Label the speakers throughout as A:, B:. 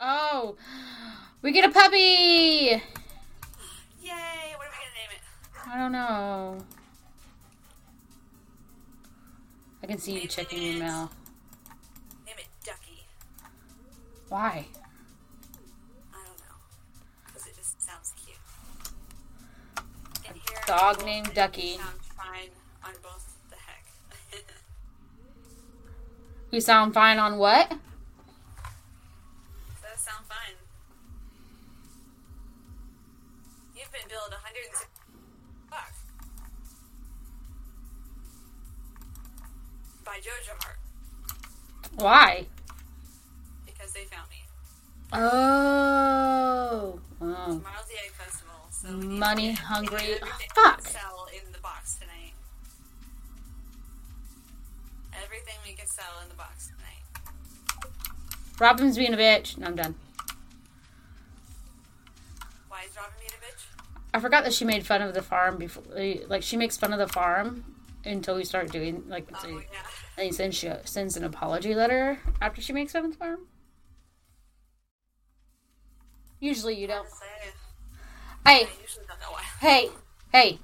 A: Oh, We get a puppy!
B: Yay! What am I gonna name it?
A: I don't know. I can see you checking your mail.
B: Name it Ducky.
A: Why?
B: I don't know. Because it just sounds cute. And here
A: dog
B: both
A: named
B: names
A: Ducky.
B: Sound fine on both the heck.
A: We sound fine on what?
B: Does that sound fine? You've been billed 160 bucks by Jojo Mart
A: Why?
B: because they found me.
A: Oh. Oh.
B: Tomorrow's the egg festival, so we need
A: Money
B: to get
A: hungry.
B: everything we
A: Fuck.
B: can Sell in the box tonight. Everything we can sell in the box tonight.
A: Robin's being a bitch. No, I'm done.
B: Why is Robin being a bitch?
A: I forgot that she made fun of the farm before. Like she makes fun of the farm until we start doing like.
B: Oh
A: so-
B: yeah.
A: And then she sends an apology letter after she makes fun of the farm. Usually you don't.
B: Honestly, I-
A: Hey,
B: I usually don't know why.
A: hey, hey.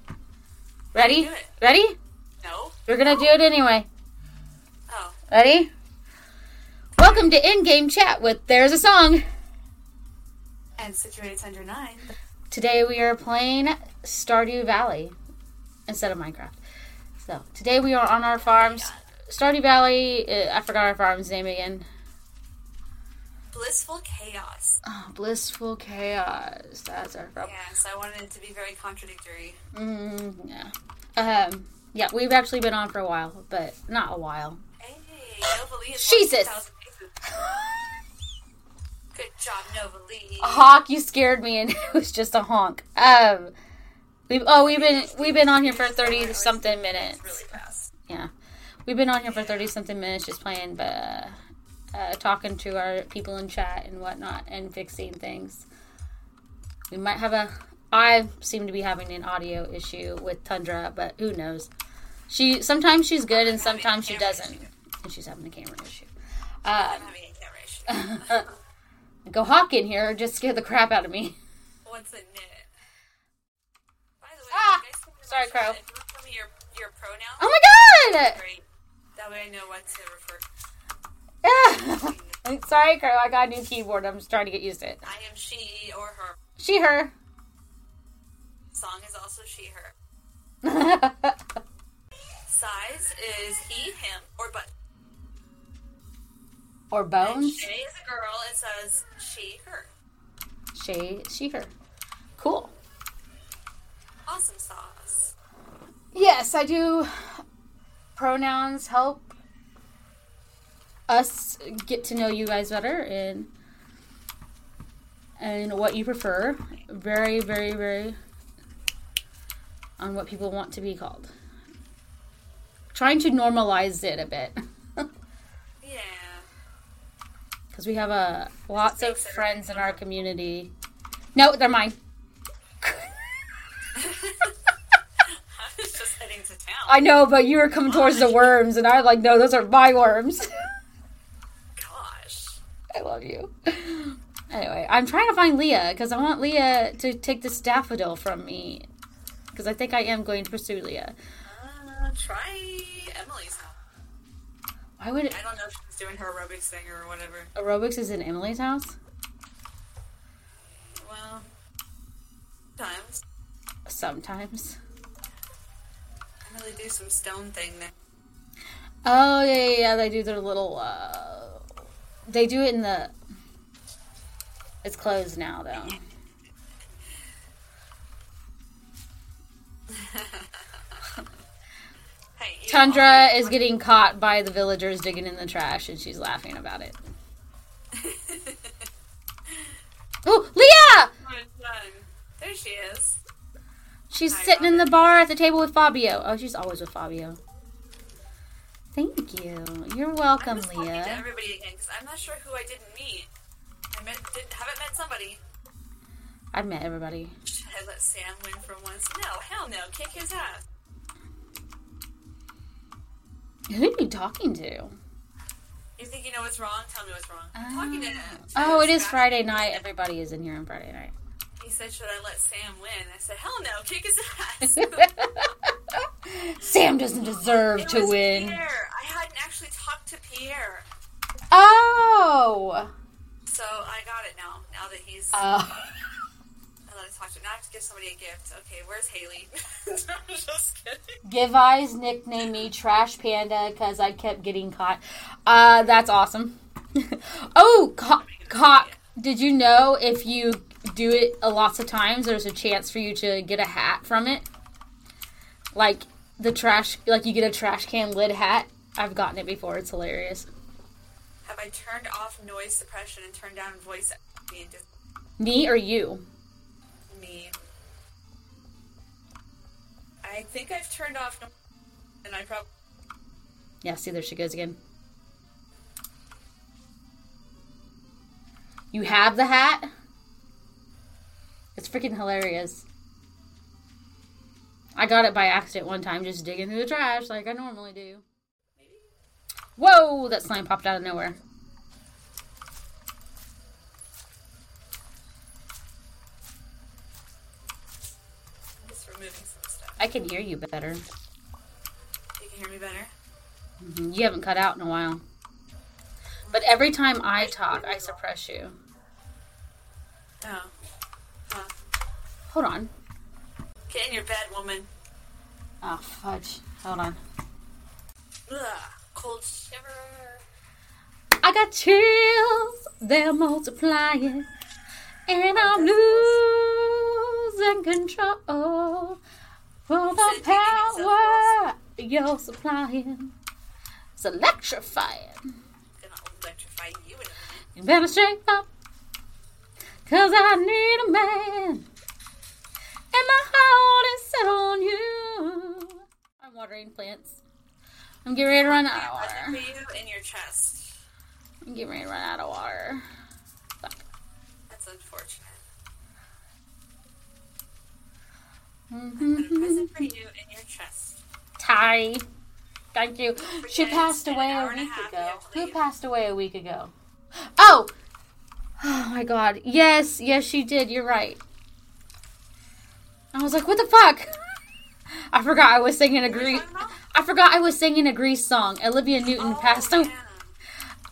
A: Ready?
B: Do it.
A: Ready?
B: No.
A: You're gonna do it anyway.
B: Oh.
A: Ready? Welcome to In Game Chat with There's a Song.
B: And situated under nine.
A: Today we are playing Stardew Valley instead of Minecraft. So today we are on our farms. Stardew Valley, uh, I forgot our farm's name again.
B: Blissful chaos.
A: Oh, Blissful Chaos. That's our farm.
B: Yeah, so I wanted it to be very contradictory.
A: Mm, yeah. Um, yeah, we've actually been on for a while, but not a while.
B: Hey, Nova Lee is
A: Jesus.
B: 1,000 faces. Good job, Nova Lee.
A: A honk, you scared me, and it was just a honk. Um, we've oh we've been we've been on here for thirty something minutes.
B: It's really fast.
A: Yeah, we've been on here for thirty something minutes just playing, but uh, talking to our people in chat and whatnot, and fixing things. We might have a. I seem to be having an audio issue with Tundra, but who knows? She sometimes she's good and sometimes she doesn't, and she's having a camera issue. Uh,
B: I'm having a camera issue.
A: go hawk in here, or just scare the crap out of me.
B: What's a knit? By the way,
A: Ah!
B: you guys can remember
A: Sorry, Crow.
B: to Tell me your, your pronouns.
A: Oh my god!
B: Great. That way I know what to refer to.
A: Yeah. I'm Sorry, Crow. I got a new keyboard. I'm just trying to get used to it.
B: I am she or her.
A: She, her.
B: Song is also she, her.
A: That's
B: Size is he, him, or but.
A: or
B: And
A: bones.
B: Shay is a girl. It says she, her.
A: She, she, her. Cool.
B: Awesome sauce.
A: Yes, I do. Pronouns help us get to know you guys better and and what you prefer. Very, very, very on what people want to be called. Trying to normalize it a bit.
B: Yeah.
A: because we have uh, lots of
B: Thanks,
A: friends in our community. No, they're mine.
B: I was just heading to town.
A: I know, but you were coming towards the worms, and I was like, no, those are my worms.
B: Gosh.
A: I love you. Anyway, I'm trying to find Leah because I want Leah to take this daffodil from me because I think I am going to pursue Leah.
B: Uh, try Emily's house.
A: Why would
B: I don't know if she's doing her aerobics thing or whatever.
A: aerobics is in Emily's house?
B: Well, sometimes.
A: Sometimes.
B: I really do some stone thing there.
A: Oh yeah, yeah, yeah. They do their little. Uh, they do it in the. It's closed now though.
B: Hey, you
A: Tundra is getting caught by the villagers digging in the trash, and she's laughing about it. Oh, Leah!
B: already- There she is.
A: She's
B: Hi,
A: sitting in the bar at the table with Fabio. Oh, she's always with Fabio. Thank you. You're welcome,
B: I'm just talking to
A: Leah.
B: everybody again because I'm not sure who I didn't meet. I met, did, haven't met somebody.
A: I've met everybody.
B: Should I let Sam win for once? No, hell no. Kick his ass.
A: Who are you talking to?
B: You think you know what's wrong? Tell me what's wrong. I'm talking to him.
A: Oh, it is Friday night. Everybody is in here on Friday night.
B: He said, "Should I let Sam win?" I said, "Hell no! Kick his ass."
A: Sam doesn't deserve
B: It
A: to
B: was
A: win.
B: Pierre. I hadn't actually talked to Pierre,
A: Oh.
B: so I got it now. Now that he's,
A: Oh.
B: I let him talk to him. Now I have to give somebody a gift. Okay, where's Haley? I'm just kidding.
A: Give Eyes nicknamed me Trash Panda because I kept getting caught. Uh, that's awesome. oh, co- cock. Did you know if you do it a lots of times, there's a chance for you to get a hat from it? Like the trash, like you get a trash can lid hat. I've gotten it before. It's hilarious.
B: Have I turned off noise suppression and turned down voice? Me and just
A: Me or you?
B: me. I think I've turned off, no- and I probably.
A: Yeah, see, there she goes again. You have the hat? It's freaking hilarious. I got it by accident one time, just digging through the trash like I normally do. Whoa, that slime popped out of nowhere.
B: I'm just removing some stuff.
A: I can hear you better.
B: You can hear me better.
A: You haven't cut out in a while. But every time I talk, I suppress you.
B: Oh. Huh.
A: Hold on.
B: Get in your bed, woman.
A: Oh, fudge. Hold on.
B: Ugh, cold shiver.
A: I got chills, they're multiplying, and I'm losing control for the power you're supplying. It's electrifying.
B: Gonna electrify you in a minute.
A: You better shape up, cause I need a man, and my heart is set on you. I'm watering plants. I'm getting ready to run out of water.
B: Electrify you in your chest.
A: I'm getting ready to run out of water.
B: That's unfortunate.
A: Mhm.
B: But a present for you in your chest.
A: Ty. Thank you. She
B: forget,
A: passed
B: in an
A: away
B: hour
A: a
B: and a
A: week
B: half, we
A: ago.
B: have to
A: Who
B: leave.
A: passed away a week ago? Oh! Oh my god. Yes, yes, she did. You're right. I was like, what the fuck? I forgot I was singing a
B: What are
A: Grease.
B: you talking about?
A: I forgot I was singing a Grease song. Olivia Newton
B: Oh,
A: passed away.
B: yeah.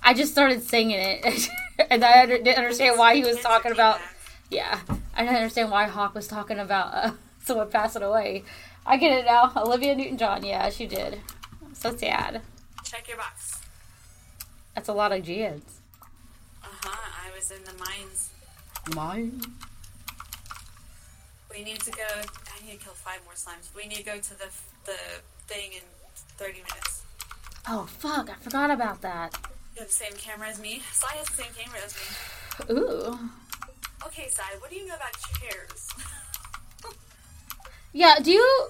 A: I just started singing it, and I under- didn't understand why he was
B: Cancer
A: talking
B: came
A: about.
B: back.
A: Yeah, I didn't understand why Hawk was talking about uh, someone passing away. I get it now. Olivia Newton-John. Yeah, she did. So sad.
B: Check your box.
A: That's a lot of Gian's.
B: Uh huh. I was in the mines.
A: Mine.
B: We need to go. I need to kill five more slimes. We need to go to the the thing in thirty minutes.
A: Oh fuck! I forgot about that.
B: You have the same camera as me. Sai has the same camera as me.
A: Ooh.
B: Okay, Sai. What do you know about chairs?
A: Yeah. Do you?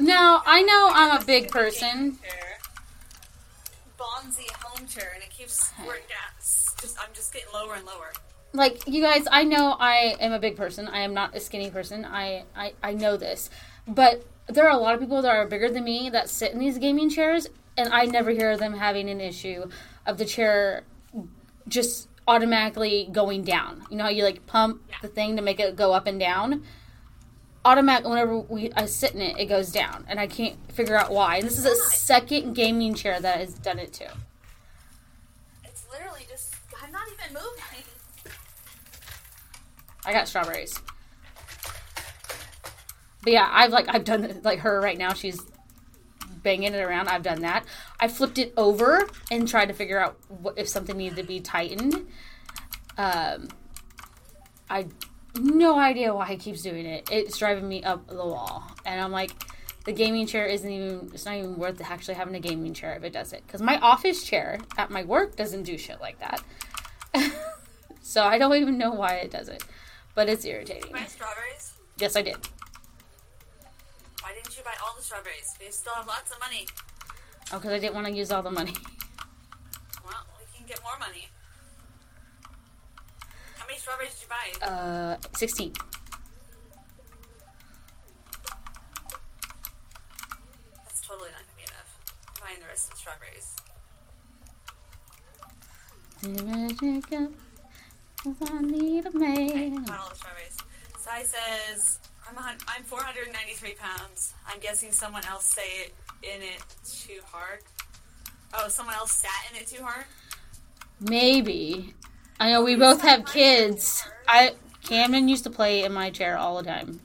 A: Now I know I'm a big person.
B: Chair. Bonzi home chair, and it keeps squirting gas. Just, I'm just getting lower and lower.
A: like you guys i know i am a big person i am not a skinny person i i, I know this but there are a lot of people that are bigger than me that sit in these gaming chairs and i never hear them having an issue of the chair just automatically going down you know how you like pump the thing to make it go up and down automatic whenever we i sit in it it goes down and i can't figure out why and this is a second gaming chair that has done it too
B: It's literally just. I'm not even moving.
A: I got strawberries. But yeah, I've like I've done like her right now. She's banging it around. I've done that. I flipped it over and tried to figure out what, if something needed to be tightened. Um, I no idea why he keeps doing it. It's driving me up the wall, and I'm like, the gaming chair isn't even. It's not even worth actually having a gaming chair if it does it. Because my office chair at my work doesn't do shit like that. so I don't even know why it does it, but it's irritating.
B: Buy strawberries?
A: Yes, I did.
B: Why didn't you buy all the strawberries? We still have lots of money.
A: Oh, because I didn't want to use all the money.
B: Well, we can get more money. How many strawberries did you buy?
A: Uh, sixteen.
B: That's totally not gonna be enough. Buying the rest of the strawberries.
A: I need a man.
B: Not all the strawberries. Sai says, I'm, a hun- I'm 493 pounds. I'm guessing someone else say it in it too hard. Oh, someone else sat in it too hard?
A: Maybe. I know we both have kids. I Camden used to play in my chair all the time.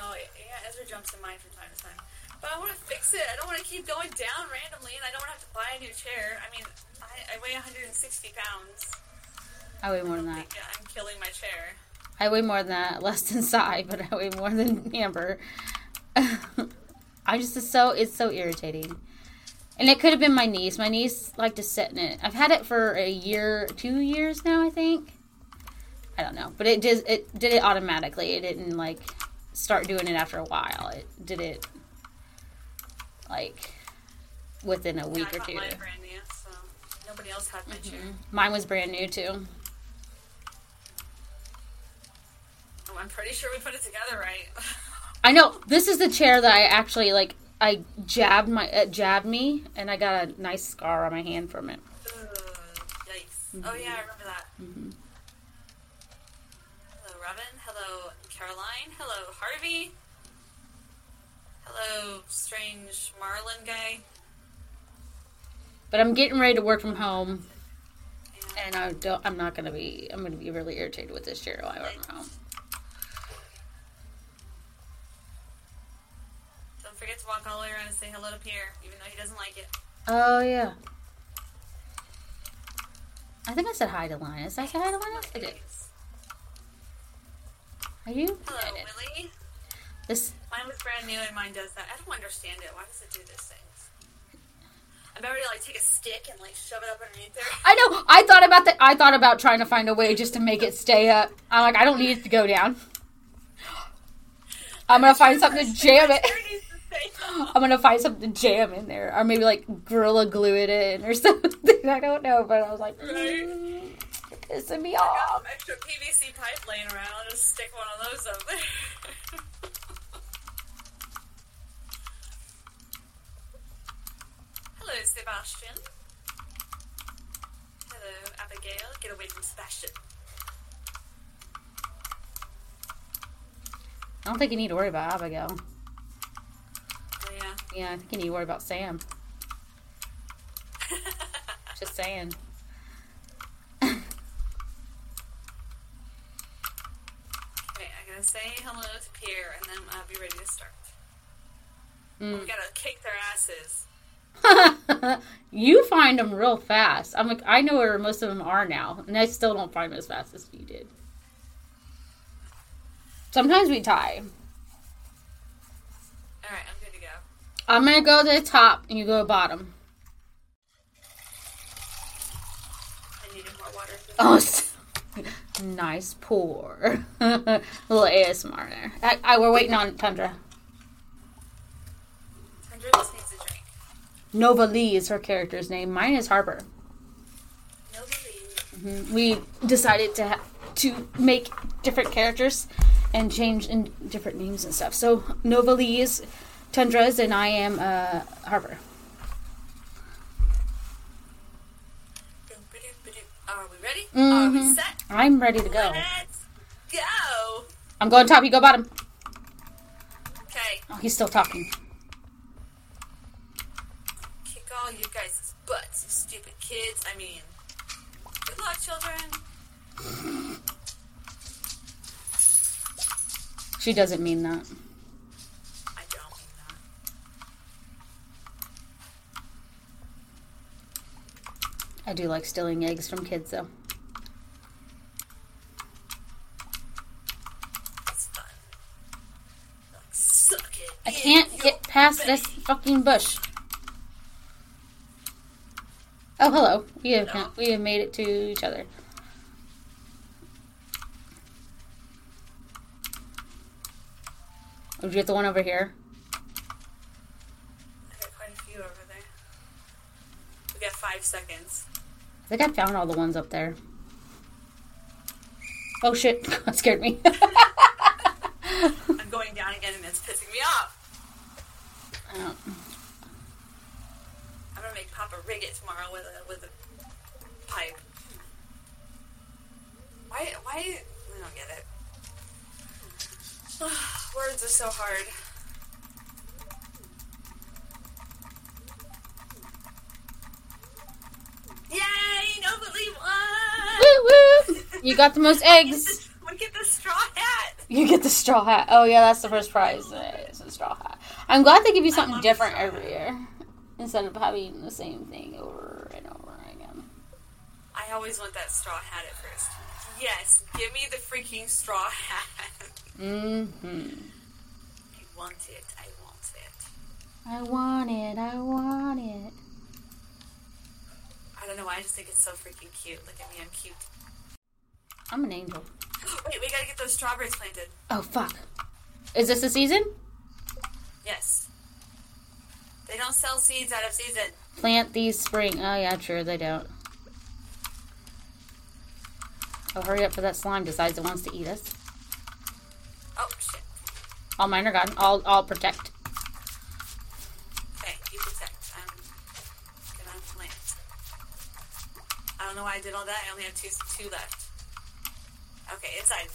B: Oh, yeah, Ezra jumps in mine from time to time. But I want to fix it. I don't want to keep going down randomly, and I don't want to have to buy a new chair. I mean, I, I weigh 160 pounds.
A: I weigh more than
B: I
A: that.
B: think I'm killing my chair.
A: I weigh more than that, less than Sai, but I weigh more than Amber. I just it's so it's so irritating. And it could have been my niece. My niece liked to sit in it. I've had it for a year, two years now, I think. I don't know, but it did it did it automatically. It didn't like start doing it after a while. It did it like within a
B: Yeah,
A: week
B: I
A: or
B: got
A: two.
B: mine brand new, so nobody else had my chair.
A: Mine was brand new too.
B: Oh, I'm pretty sure we put it together right.
A: I know this is the chair that I actually like. I jabbed my it jabbed me, and I got a nice scar on my hand from it.
B: Ugh, yikes. Oh, yeah, I remember that. Hello, Robin. Hello, Caroline. Hello, Harvey. Hello, strange Marlin guy.
A: But I'm getting ready to work from home, and
B: And
A: I don't. I'm not gonna be. I'm gonna be really irritated with this chair while I work from home.
B: Don't forget to walk all the way around and say hello to Pierre, even though he doesn't like it.
A: Oh yeah. I think I said hi to Linus. I said hi to Linus. I did. Are you?
B: Hello,
A: I did.
B: Willie.
A: This.
B: Mine was brand new and mine does that. I don't understand it. Why does it do these things? I'm about to like take a stick and like shove it up underneath there.
A: I know. I thought about that. I thought about trying to find a way just to make it stay up. I'm like, I don't need it to go down. I'm gonna find something to jam it.
B: Pierre needs to say something.
A: I'm gonna find something to jam in there, or maybe like gorilla glue it in or something. I don't know, but I was like,
B: Right.
A: mm, pissing me
B: Got
A: off.
B: some extra PVC pipe laying around. I'll just stick one of those up there. Hello, Sebastian. Hello, Abigail. Get away from Sebastian.
A: I don't think you need to worry about Abigail.
B: Oh, yeah.
A: Yeah, I think you need to worry about Sam. Just saying.
B: Okay, I'm gonna say hello to Pierre, and then I'll be ready to start. We
A: Mm.
B: gotta kick their asses.
A: you find them real fast. I'm like, I know where most of them are now, and I still don't find them as fast as you did. Sometimes we tie.
B: All right, I'm good to go.
A: I'm gonna go to the top, and you go to bottom.
B: I needed more water.
A: Oh, s- nice pour. A little ASMR there. I, I, we're waiting on Tundra.
B: Tundra just needs a drink.
A: Nova Lee is her character's name. Mine is Harper.
B: No believe.
A: We decided to ha- to make different characters and change in different names and stuff. So Nova Lee is Tundra's, and I am uh, Harper.
B: Are we ready? Are we
A: Mhm.
B: set?
A: I'm ready to go.
B: Let's go.
A: I'm going top. You go bottom.
B: Okay,
A: Oh, he's still talking.
B: kick all you guys' butts, you stupid kids. I mean, good luck, children.
A: She doesn't mean that.
B: I don't mean that.
A: I do like stealing eggs from kids, though.
B: It's fun. Like, suck it.
A: I
B: in
A: can't
B: your
A: get past this
B: face.
A: fucking bush. Oh, hello. We have not, we have made it to each other. Oh, did you get the one over here?
B: I got quite a few over there. We got five seconds.
A: I think I found all the ones up there. Oh shit! that scared me.
B: I'm going down again and it's pissing me off.
A: Oh,
B: I'm gonna make Papa rig it tomorrow with a with a pipe. Why? Why? I don't get it. Words are so hard. Yay! Nobly won.
A: Woo woo! You got the most eggs.
B: Look at the straw hat.
A: You get the straw hat. Oh yeah, that's the first prize. It's a straw hat. I'm glad they give you something
B: love
A: different
B: straw
A: every year instead of having the same thing over and over again.
B: I always want that straw hat at first. Yes, give me the freaking straw hat.
A: Mm-hmm.
B: I want it. I want it.
A: I want it. I want it.
B: I don't know why. I just think it's so freaking cute. Look at me. I'm cute.
A: I'm an angel.
B: Wait, we gotta get those strawberries planted.
A: Oh fuck! Is this the season?
B: Yes. They don't sell seeds out of season.
A: Plant these spring. Oh yeah, sure they don't. Oh, hurry up for that slime decides it wants to eat us.
B: Oh shit.
A: All mine are gone. I'll I'll protect.
B: Okay, you Um, protect. I'm gonna plant. I don't know why I did all that. I only have two two left. Okay, inside.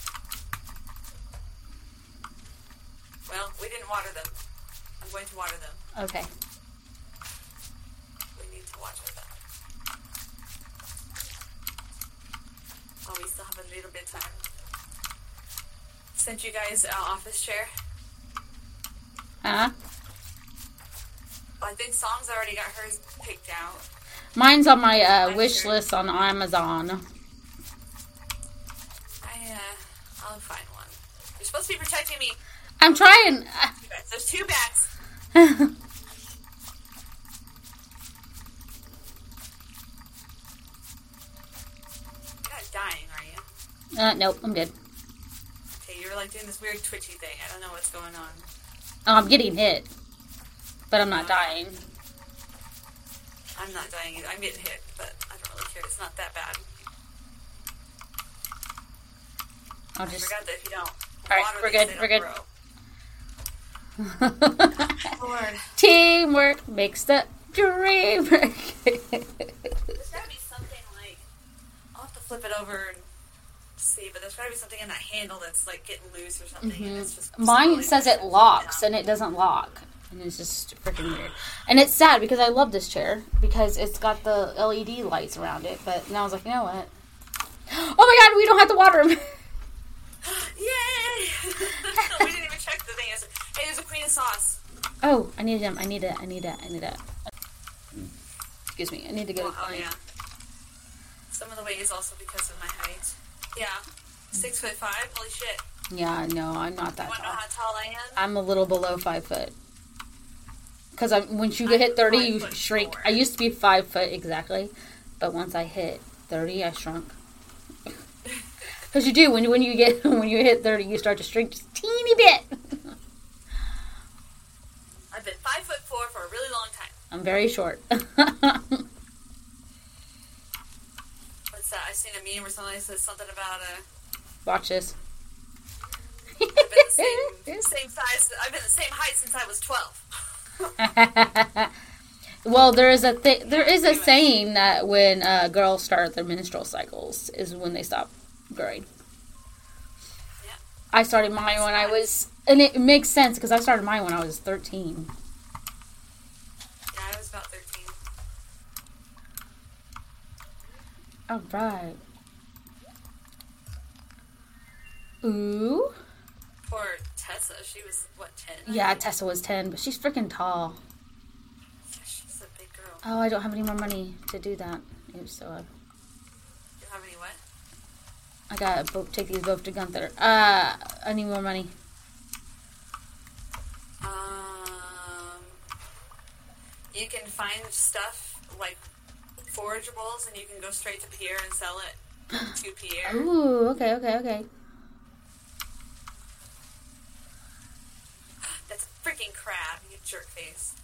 B: Well, we didn't water them. I'm going to water them.
A: Okay.
B: We need to watch our back. Oh, we still have a little bit time. Sent you guys an office chair.
A: Huh?
B: I think Song's already got hers picked out.
A: Mine's on my uh,
B: I'm
A: wish
B: sure.
A: list on Amazon.
B: I, uh, I'll find one. You're supposed to be protecting me.
A: I'm trying.
B: Two bats. There's two bats. You're not dying, are you?
A: uh, nope, I'm good.
B: Okay, you're like doing this weird twitchy thing. I don't know what's going on.
A: Oh, I'm getting hit, but I'm not dying.
B: I'm not dying either. I'm getting hit, but I don't really care. It's not that bad.
A: I'll
B: I
A: just.
B: forgot that if you don't.
A: right,
B: water
A: we're
B: these,
A: good,
B: they
A: we're good.
B: don't grow. Lord,
A: Teamwork makes the dream work.
B: there's gotta be something like I'll have to flip it over and see, but there's gotta be something in that handle that's like getting loose or something. And it's just
A: Mm-hmm. Mine
B: slowly
A: says it
B: pushing
A: locks,
B: down.
A: and it doesn't lock. And it's just freaking weird. And it's sad because I love this chair because it's got the LED lights around it. But now I was like, you know what? Oh my god, we don't have to water him.
B: Yay! we didn't even check the thing. It's- Hey, there's a queen of sauce.
A: Oh, I need them. I need it. I need it. I need it. Excuse me. I need to get a
B: Oh
A: client.
B: yeah. Some of the weight is also because of my height. Yeah,
A: Mm.
B: six foot five. Holy shit!
A: Yeah, no, I'm not
B: You
A: that
B: wanna know
A: tall.
B: how tall I am?
A: I'm a little below five foot. Because I'm once you get hit
B: I'm
A: thirty,
B: five
A: you
B: foot
A: shrink.
B: four.
A: I used to be five foot exactly, but once I hit thirty, I shrunk. Because you do when when you get when you hit thirty, you start to shrink just teeny bit.
B: I've been five foot four for a really long time.
A: I'm very short.
B: What's that? I've seen a meme or something that says something about a.
A: Watch this.
B: I've been the same, same size. I've been the same height since I was twelve.
A: well, there is a thi- there is a
B: Pretty much.
A: saying that when uh, girls start their menstrual cycles is when they stop growing.
B: Yeah.
A: I started mine when I was, and it makes sense because I started mine when I was thirteen.
B: Yeah, I was about thirteen.
A: All right. Ooh.
B: Poor Tessa. She was what ten?
A: Yeah, Tessa was ten, but she's freaking tall.
B: She's a big girl.
A: Oh, I don't have any more money to do that. Oops, so I,
B: You don't have any what?
A: I gotta bo- take these both to Gunther. Uh, I need more money.
B: Um, you can find stuff like forageables, and you can go straight to Pierre and sell it to Pierre.
A: Ooh, okay, okay, okay.
B: That's a freaking crab, you jerk face.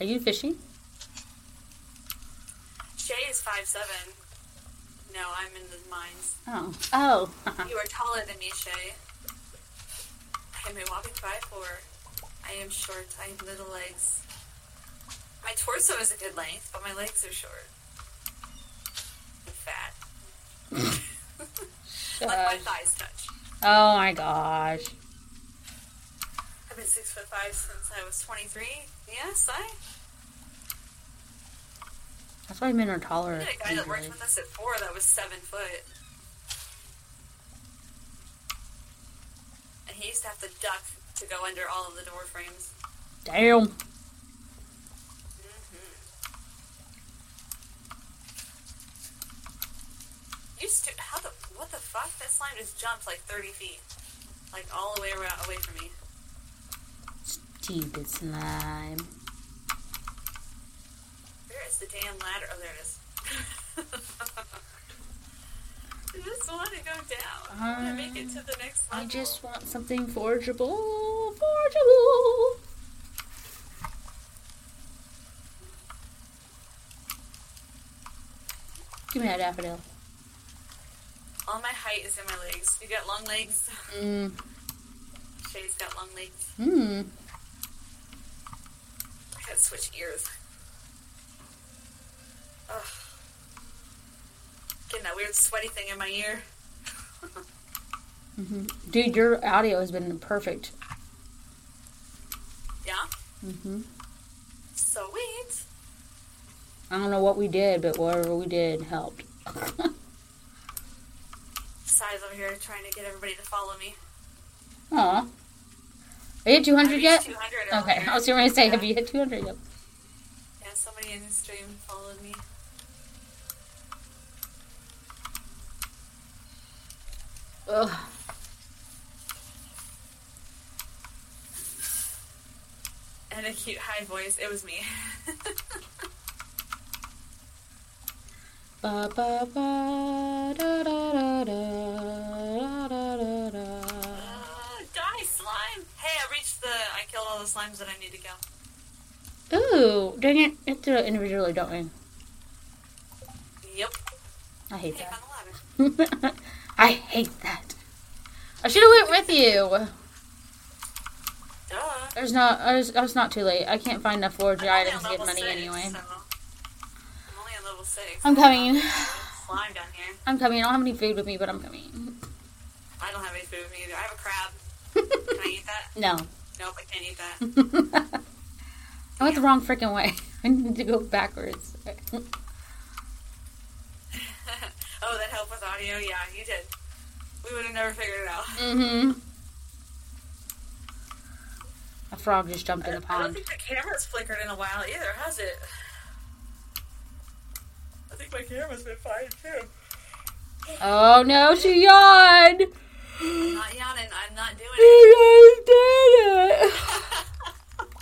A: Are you fishing?
B: Shay is five seven. No, I'm in the mines.
A: Oh. Oh.
B: You are taller than me, Shay. I am a whopping five four. I am short. I have little legs. My torso is a good length, but my legs are short. Let my
A: Shush.
B: thighs touch.
A: Oh my gosh.
B: I've been six foot five since I was 23. Yes, I
A: That's why men are taller.
B: had a guy that worked with us at four that was seven foot. And he used to have to duck to go under all of the door frames.
A: Damn.
B: Mm-hmm. You stu- how the what the fuck? That slime just jumped like thirty feet, like all the way around away from me.
A: Stupid slime.
B: Where is the damn ladder? Oh, there it is. I just want to go down. I want to make it to the next
A: Um, I
B: level.
A: just want something forgeable. Forgeable. Give me that daffodil.
B: all my height is in my legs. You got long legs.
A: Mm.
B: Shay's got long legs.
A: Mm.
B: I gotta switch ears. Ugh. Getting that weird sweaty thing in my ear.
A: Mm-hmm. Dude, your audio has been perfect.
B: Yeah.
A: Mm-hmm.
B: Sweet.
A: I don't know what we did, but whatever we did helped.
B: Size over here trying to get everybody to follow me.
A: Aw. Are you at
B: I
A: 200
B: reached
A: yet?
B: 200
A: Okay,
B: earlier.
A: I was going to say,
B: Yeah.
A: have you hit 200 yet?
B: Yeah, somebody in the stream followed me.
A: Ugh.
B: And a cute high voice. It was me.
A: Ba ba ba da da da da da da da.
B: Ah, die, slime! Hey, I reached the. I killed all the slimes that I need to kill.
A: Ooh, dang it! You have to do it individually, don't we?
B: Yep.
A: I hate
B: Hey, found the ladder.
A: that. I hate that. I should have went with you.
B: Duh.
A: There's not. I was, I was not too late. I can't find enough forgery
B: I'm only
A: items to
B: on
A: get
B: level
A: money
B: six,
A: anyway.
B: so- I'm only on level six.
A: I'm coming.
B: Slime down here.
A: I'm coming. I don't have any food with me, but I'm coming.
B: I don't have any food with me either. I have a crab. Can I eat that?
A: No,
B: Nope, I can't eat that.
A: I went the wrong freaking way. I need to go backwards.
B: oh, that helped with audio? Yeah, you did. We would have never figured it out.
A: Mm-hmm. A frog just jumped in the
B: I don't
A: pond.
B: think the camera's flickered in a while either, has it? I think my camera's been fine too.
A: Oh no, she yawned.
B: I'm not yawning. I'm not doing
A: She
B: it.
A: just did it.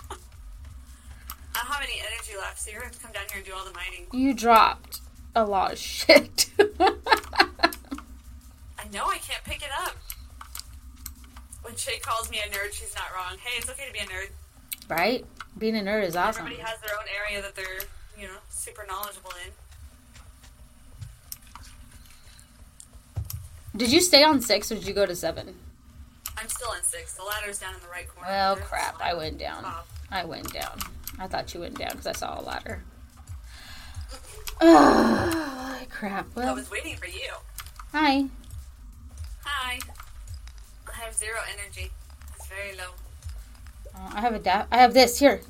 B: I don't have any energy left, so you're gonna have to come down here and do all the mining.
A: You dropped a lot of shit.
B: I know I can't pick it up. When Shay calls me a nerd, she's not wrong. Hey, it's okay to be a nerd.
A: right? Being a nerd is awesome.
B: Everybody has their own area that they're, you know, super knowledgeable in.
A: Did you stay on six or did you go to seven?
B: I'm still on six. The ladder's down in the right corner.
A: Well,
B: There's a
A: Oh, crap.
B: slide.
A: I went down.
B: Bob.
A: I went down. I thought you went down because I saw a ladder. Ugh, crap.
B: I
A: Well,
B: was waiting for you.
A: hi.
B: Hi. I have zero energy. It's very low.
A: Uh, I have a da- I have this here.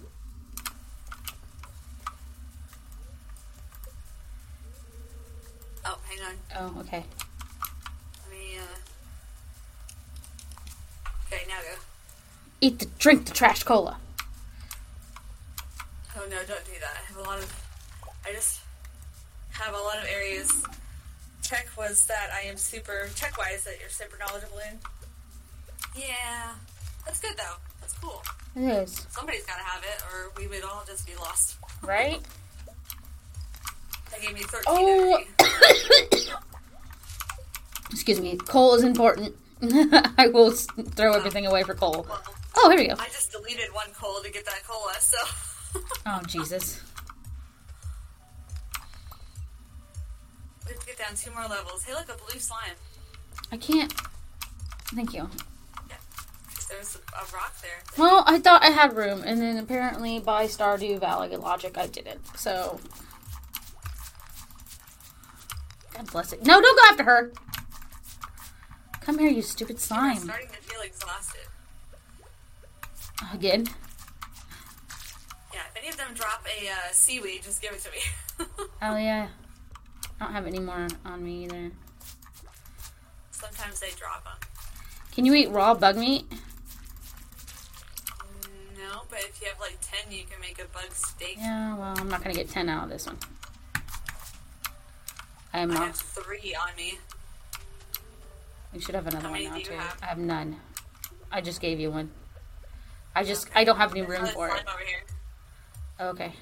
B: Oh, hang on.
A: Oh, okay.
B: Let me, uh. Okay, now go.
A: Eat the drink the trash cola.
B: Oh no, don't do that. I have a lot of. I just have a lot of areas. Tech was that I am super tech wise that you're super knowledgeable in. Yeah, that's good though. That's cool.
A: It is
B: Somebody's got to have it, or we would all just be lost.
A: right.
B: That gave me thirteen.
A: Oh.
B: energy.
A: Excuse me. Coal is important. I will s- throw everything away for coal. Oh, here we go.
B: I just deleted one coal to get that cola. So
A: Oh, Jesus.
B: we have to get down two more levels. Hey, look a blue slime.
A: I can't. Thank you.
B: There's a rock there.
A: Well, I thought I had room, and then apparently by Stardew Valley logic, I didn't. So God bless it. No, don't go after her. Come here, you stupid
B: I'm
A: slime.
B: starting to feel exhausted.
A: Again.
B: Yeah, if any of them drop a uh, seaweed, just give it to me.
A: Oh yeah. I don't have any more on me either.
B: Sometimes they drop them.
A: Can you eat raw bug meat?
B: No, but if you have like 10, you can make a bug steak.
A: Yeah, well, I'm not gonna get ten out of this one. I am
B: I have
A: not.
B: three on me.
A: We should have another
B: How
A: one
B: many
A: now
B: do you
A: too.
B: have?
A: I have none. I just gave you one. I just I don't have any room
B: Another
A: for it.
B: slime over here.
A: Okay.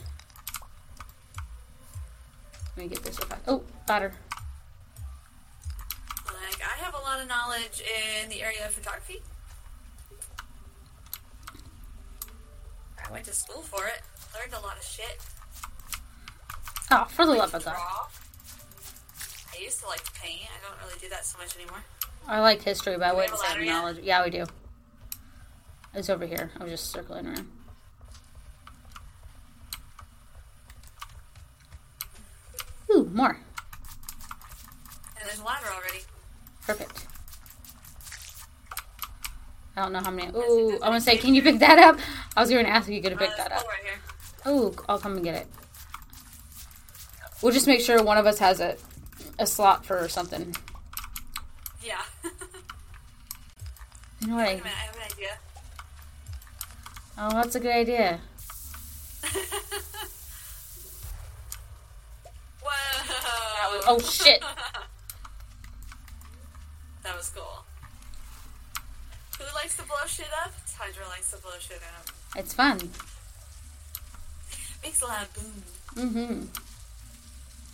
A: Let me get this real fast. Oh, batter.
B: Like, I have a lot of knowledge in the area of photography. I went to school for it. Learned a lot of shit.
A: Oh, for the love of
B: Draw.
A: God.
B: I used to like to paint. I don't really do that so much anymore.
A: I like history, but I
B: we
A: wouldn't
B: have a
A: say
B: ladder
A: I'm
B: yet?
A: knowledge. Yeah, we do. It's over here. I was just circling around. Ooh, more.
B: And there's a ladder already.
A: Perfect. I don't know how many. Ooh, I want to say, can you pick that up? I was going to ask if you could have
B: Uh,
A: picked that
B: there's a
A: up.
B: pole right here.
A: Oh, I'll come and get it. We'll just make sure one of us has a, a slot for something.
B: Yeah.
A: You know what?
B: Wait a
A: I,
B: minute, I have an idea.
A: oh, that's a good idea.
B: Whoa!
A: Oh, shit.
B: That was cool. Who likes to blow shit up? Tundra likes to blow shit up.
A: It's fun.
B: Makes a loud boom.
A: Mm-hmm.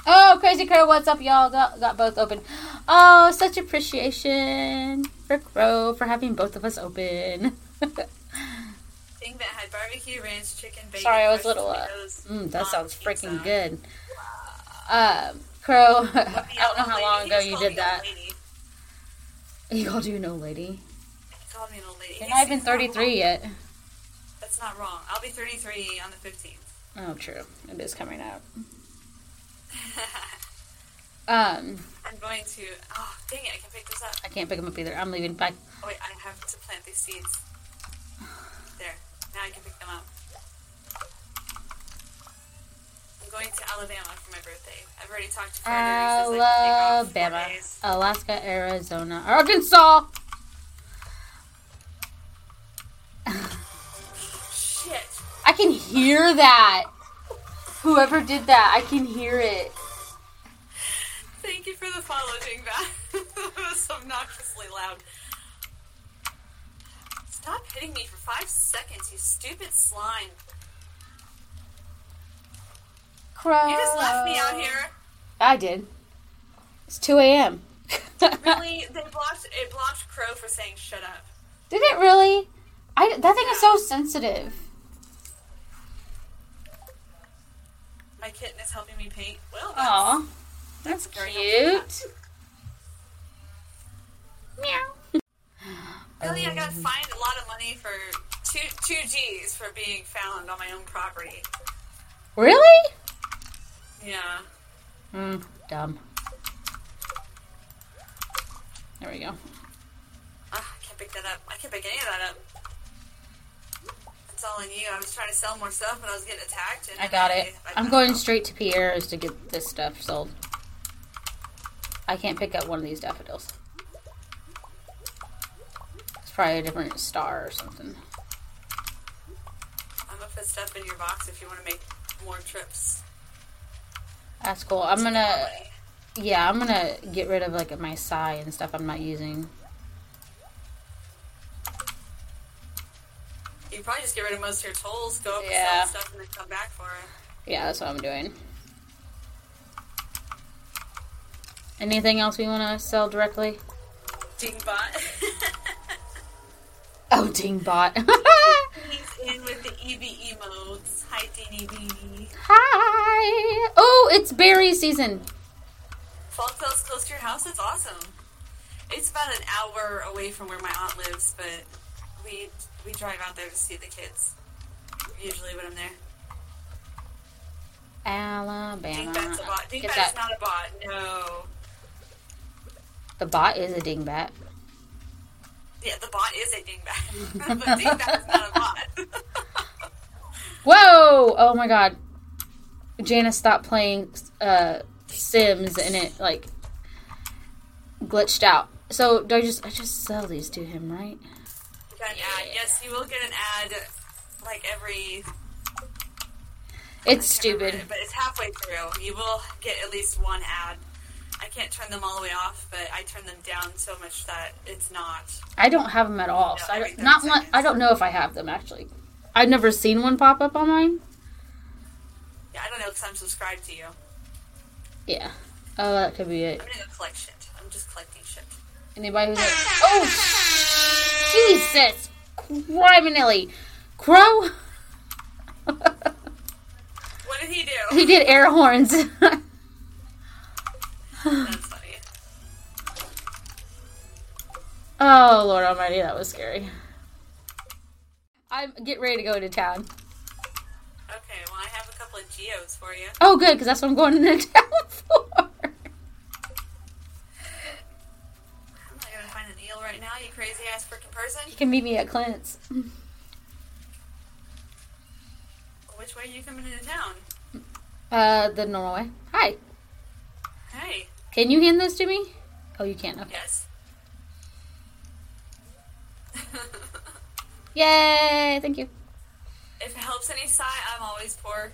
A: Oh, Crazy Crow, what's up, y'all? Got, got both open. Oh, such appreciation for Crow for having both of us open.
B: Thing that had barbecue, ranch, chicken, bacon.
A: Sorry, I was
B: crushed
A: little, uh,
B: tomatoes,
A: mm, that
B: um,
A: sounds freaking
B: pizza.
A: good. Um, Crow,
B: Called
A: I
B: me
A: don't know
B: an old
A: how long
B: lady.
A: ago
B: He
A: you did
B: called me an old
A: that.
B: lady.
A: You called you no lady.
B: He called me an old lady.
A: You're
B: Hey,
A: not
B: see,
A: even
B: that's wrong.
A: 33 yet.
B: That's not wrong. I'll be 33 on the 15th.
A: Oh, true. It is coming up. Um,
B: I'm going to. Oh, dang it! I can pick this up.
A: I can't pick them up either. I'm leaving. Bye.
B: Oh wait, I have to plant these seeds. There. Now I can pick them up. I'm going to Alabama for my birthday. I've already talked to Frederick. he says I can take off four
A: Alabama,
B: days.
A: Alaska, Arizona, Arkansas.
B: Shit.
A: I can hear that. Whoever did that, I can hear it.
B: Thank you for the follow, Dingbat. that was obnoxiously loud. Stop hitting me for five seconds, you stupid slime.
A: Crow.
B: You just left me out
A: Uh.
B: here.
A: I did. It's 2 a.m. did
B: Really? They blocked. It blocked Crow for saying shut up.
A: it really? I, that thing is so sensitive.
B: My kitten is helping me paint. Well, that's
A: Aw. That's
B: very
A: cute. Meow.
B: Really, I
A: Um,
B: got fined a lot of money for two two G's for being found on my own property.
A: Really?
B: Yeah,
A: Mm, dumb. There we go.
B: Ah, I can't pick that up. I can't pick any of that up. It's all on you. I was trying to sell more stuff, but I was getting attacked. And
A: I got it.
B: I-
A: I'm going straight to Pierre's to get this stuff sold. I can't pick up one of these daffodils. It's probably a different star or something.
B: I'm gonna put stuff in your box if you want to make more trips.
A: That's cool. I'm gonna, yeah, I'm gonna get rid of like my psi and stuff I'm not using.
B: You probably just get rid of most of your tolls, go up
A: Yeah.
B: and sell the stuff, and then come back for it.
A: Yeah, that's what I'm doing. Anything else we want to sell directly?
B: Dingbot.
A: Oh, Dingbot.
B: He's in with the EBE modes. Hi, DNEB.
A: Hi. Oh, it's berry season.
B: Falkdale's close to your house. That's awesome. It's about an hour away from where my aunt lives, but we we drive out there to see the kids. Usually when I'm there.
A: Alabama.
B: Dingbat's a bot.
A: Get
B: Dingbat is
A: that.
B: not a bot. No.
A: The bot is a dingbat.
B: Yeah, the bot is a dingbat. but dingbat is not a bot. uh,
A: Whoa! Oh my god. Janice stopped playing uh, Sims and it like glitched out. So do I just I just sell these to him, right?
B: You got an ad. Yes, you will get an ad like every.
A: It's
B: I can't remember
A: stupid.
B: it, but it's halfway through. You will get at least one ad. I can't turn them all the way off, but I turn them down so much that it's not.
A: I don't have them at all.
B: No,
A: So I
B: every
A: don't,
B: thirty
A: not one.
B: seconds.
A: I don't know if I have them actually. I've never seen one pop up on mine.
B: Yeah, I don't know because I'm subscribed to you.
A: Yeah. Oh, that could be it.
B: I'm gonna go collect shit. I'm just collecting shit.
A: Anybody who's like, oh, Jesus, criminally, crow.
B: What did he do?
A: he did air horns.
B: That's funny.
A: oh Lord Almighty, that was scary. I'm getting ready to go to town.
B: Okay, well I have a couple of geos for you.
A: Oh, good, because that's what I'm going into town for.
B: I'm not gonna find an eel right now, you crazy ass freaking person.
A: You can meet me at Clint's.
B: Which way are you coming into town?
A: Uh, the normal way. Hi.
B: Hey,
A: Can you hand those to me? Oh, you can't. Okay.
B: yes.
A: Yay! Thank you.
B: if it helps any sigh, I'm always poor.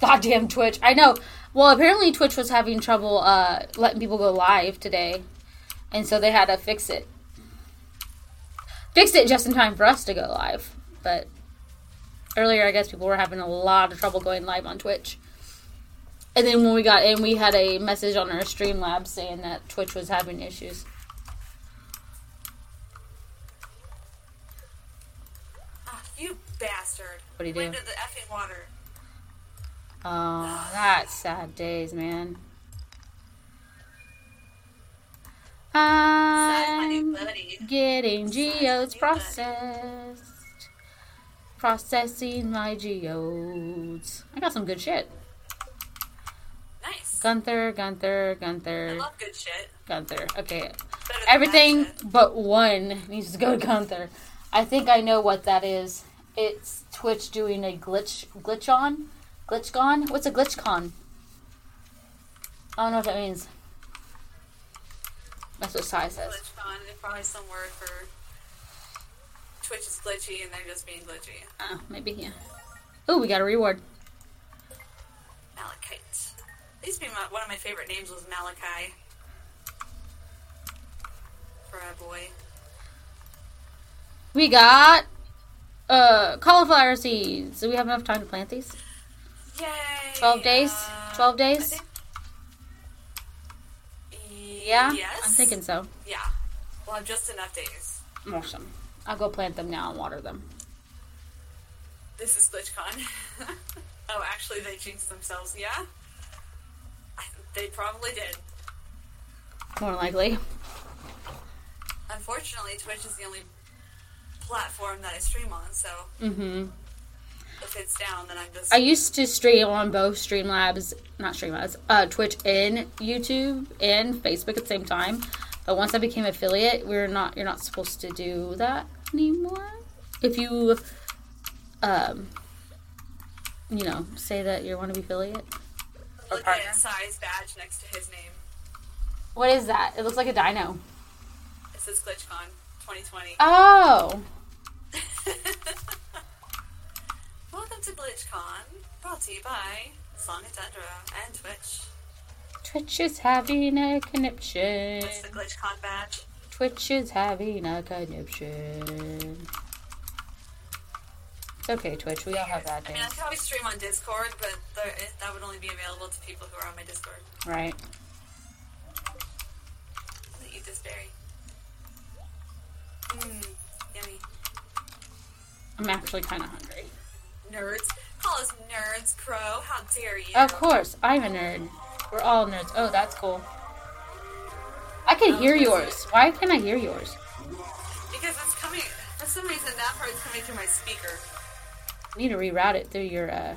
A: Goddamn Twitch. I know. Well, apparently Twitch was having trouble uh, letting people go live today. And so they had to fix it. Fixed it just in time for us to go live. But earlier, I guess people were having a lot of trouble going live on Twitch. And then when we got in, we had a message on our Streamlabs saying that Twitch was having issues.
B: Ah, you bastard.
A: What'd he do?
B: Went into the effing water.
A: Oh, that's sad days, man. i
B: Sigh,
A: Um,
B: my new buddy.
A: Getting geodes
B: Anybody?
A: processed. Processing my geodes. I got some good shit.
B: Nice.
A: Gunther, Gunther,
B: I
A: Gunther,
B: love good shit.
A: Gunther. Okay.
B: Better than bad
A: Everything
B: shit.
A: but one needs to go to Gunther. I think I know what that is. It's Twitch doing a glitch glitch on? Glitch gone? What's a glitch con? I don't know what that means. That's what Sai says.
B: Glitch con is probably some word for Twitch is glitchy and they're just being glitchy.
A: Oh, maybe yeah. Oh, we got a reward.
B: Malachite. These used to be my, one of my favorite names was Malachi. For a boy.
A: We got uh cauliflower seeds. Do we have enough time to plant these?
B: Yay! Uh,
A: 12 days? 12 days?
B: I think-
A: Yeah?
B: Yes.
A: I'm thinking so.
B: Yeah. We'll have just enough days.
A: Awesome. I'll go plant them now and water them.
B: This is GlitchCon. oh, actually, they jinxed themselves. Yeah? I, they probably did.
A: More likely.
B: Unfortunately, Twitch is the only platform that I stream on, so
A: Mm-hmm.
B: if it's down, then I'm just.
A: I used to stream on both Streamlabs, not Streamlabs, uh, Twitch and YouTube and Facebook at the same time. But once I became affiliate, we're not you're not supposed to do that anymore. If you, um, you know, say that you want to be affiliate.
B: look
A: partner.
B: at size badge next to his name.
A: What is that? It looks like a dino.
B: It says GlitchCon 2020.
A: Oh,
B: Welcome to GlitchCon, brought to you by Song and Tundra and Twitch.
A: Twitch is having a conniption.
B: That's the GlitchCon badge.
A: Twitch is having a conniption. It's okay, Twitch. We all have bad
B: I mean, I
A: days,
B: could always stream on Discord, but there, it, that would only be available to people who are on my Discord.
A: right?
B: I'm gonna eat this berry. Mmm, yummy.
A: I'm actually kind of hungry.
B: Nerds. Call us nerds, Crow. How dare you?
A: Of course, I'm a nerd. We're all nerds. Oh, that's cool. I can hear yours. Why can't I hear yours?
B: Because it's coming, for some reason, that part's coming through my speaker.
A: need to reroute it through your. uh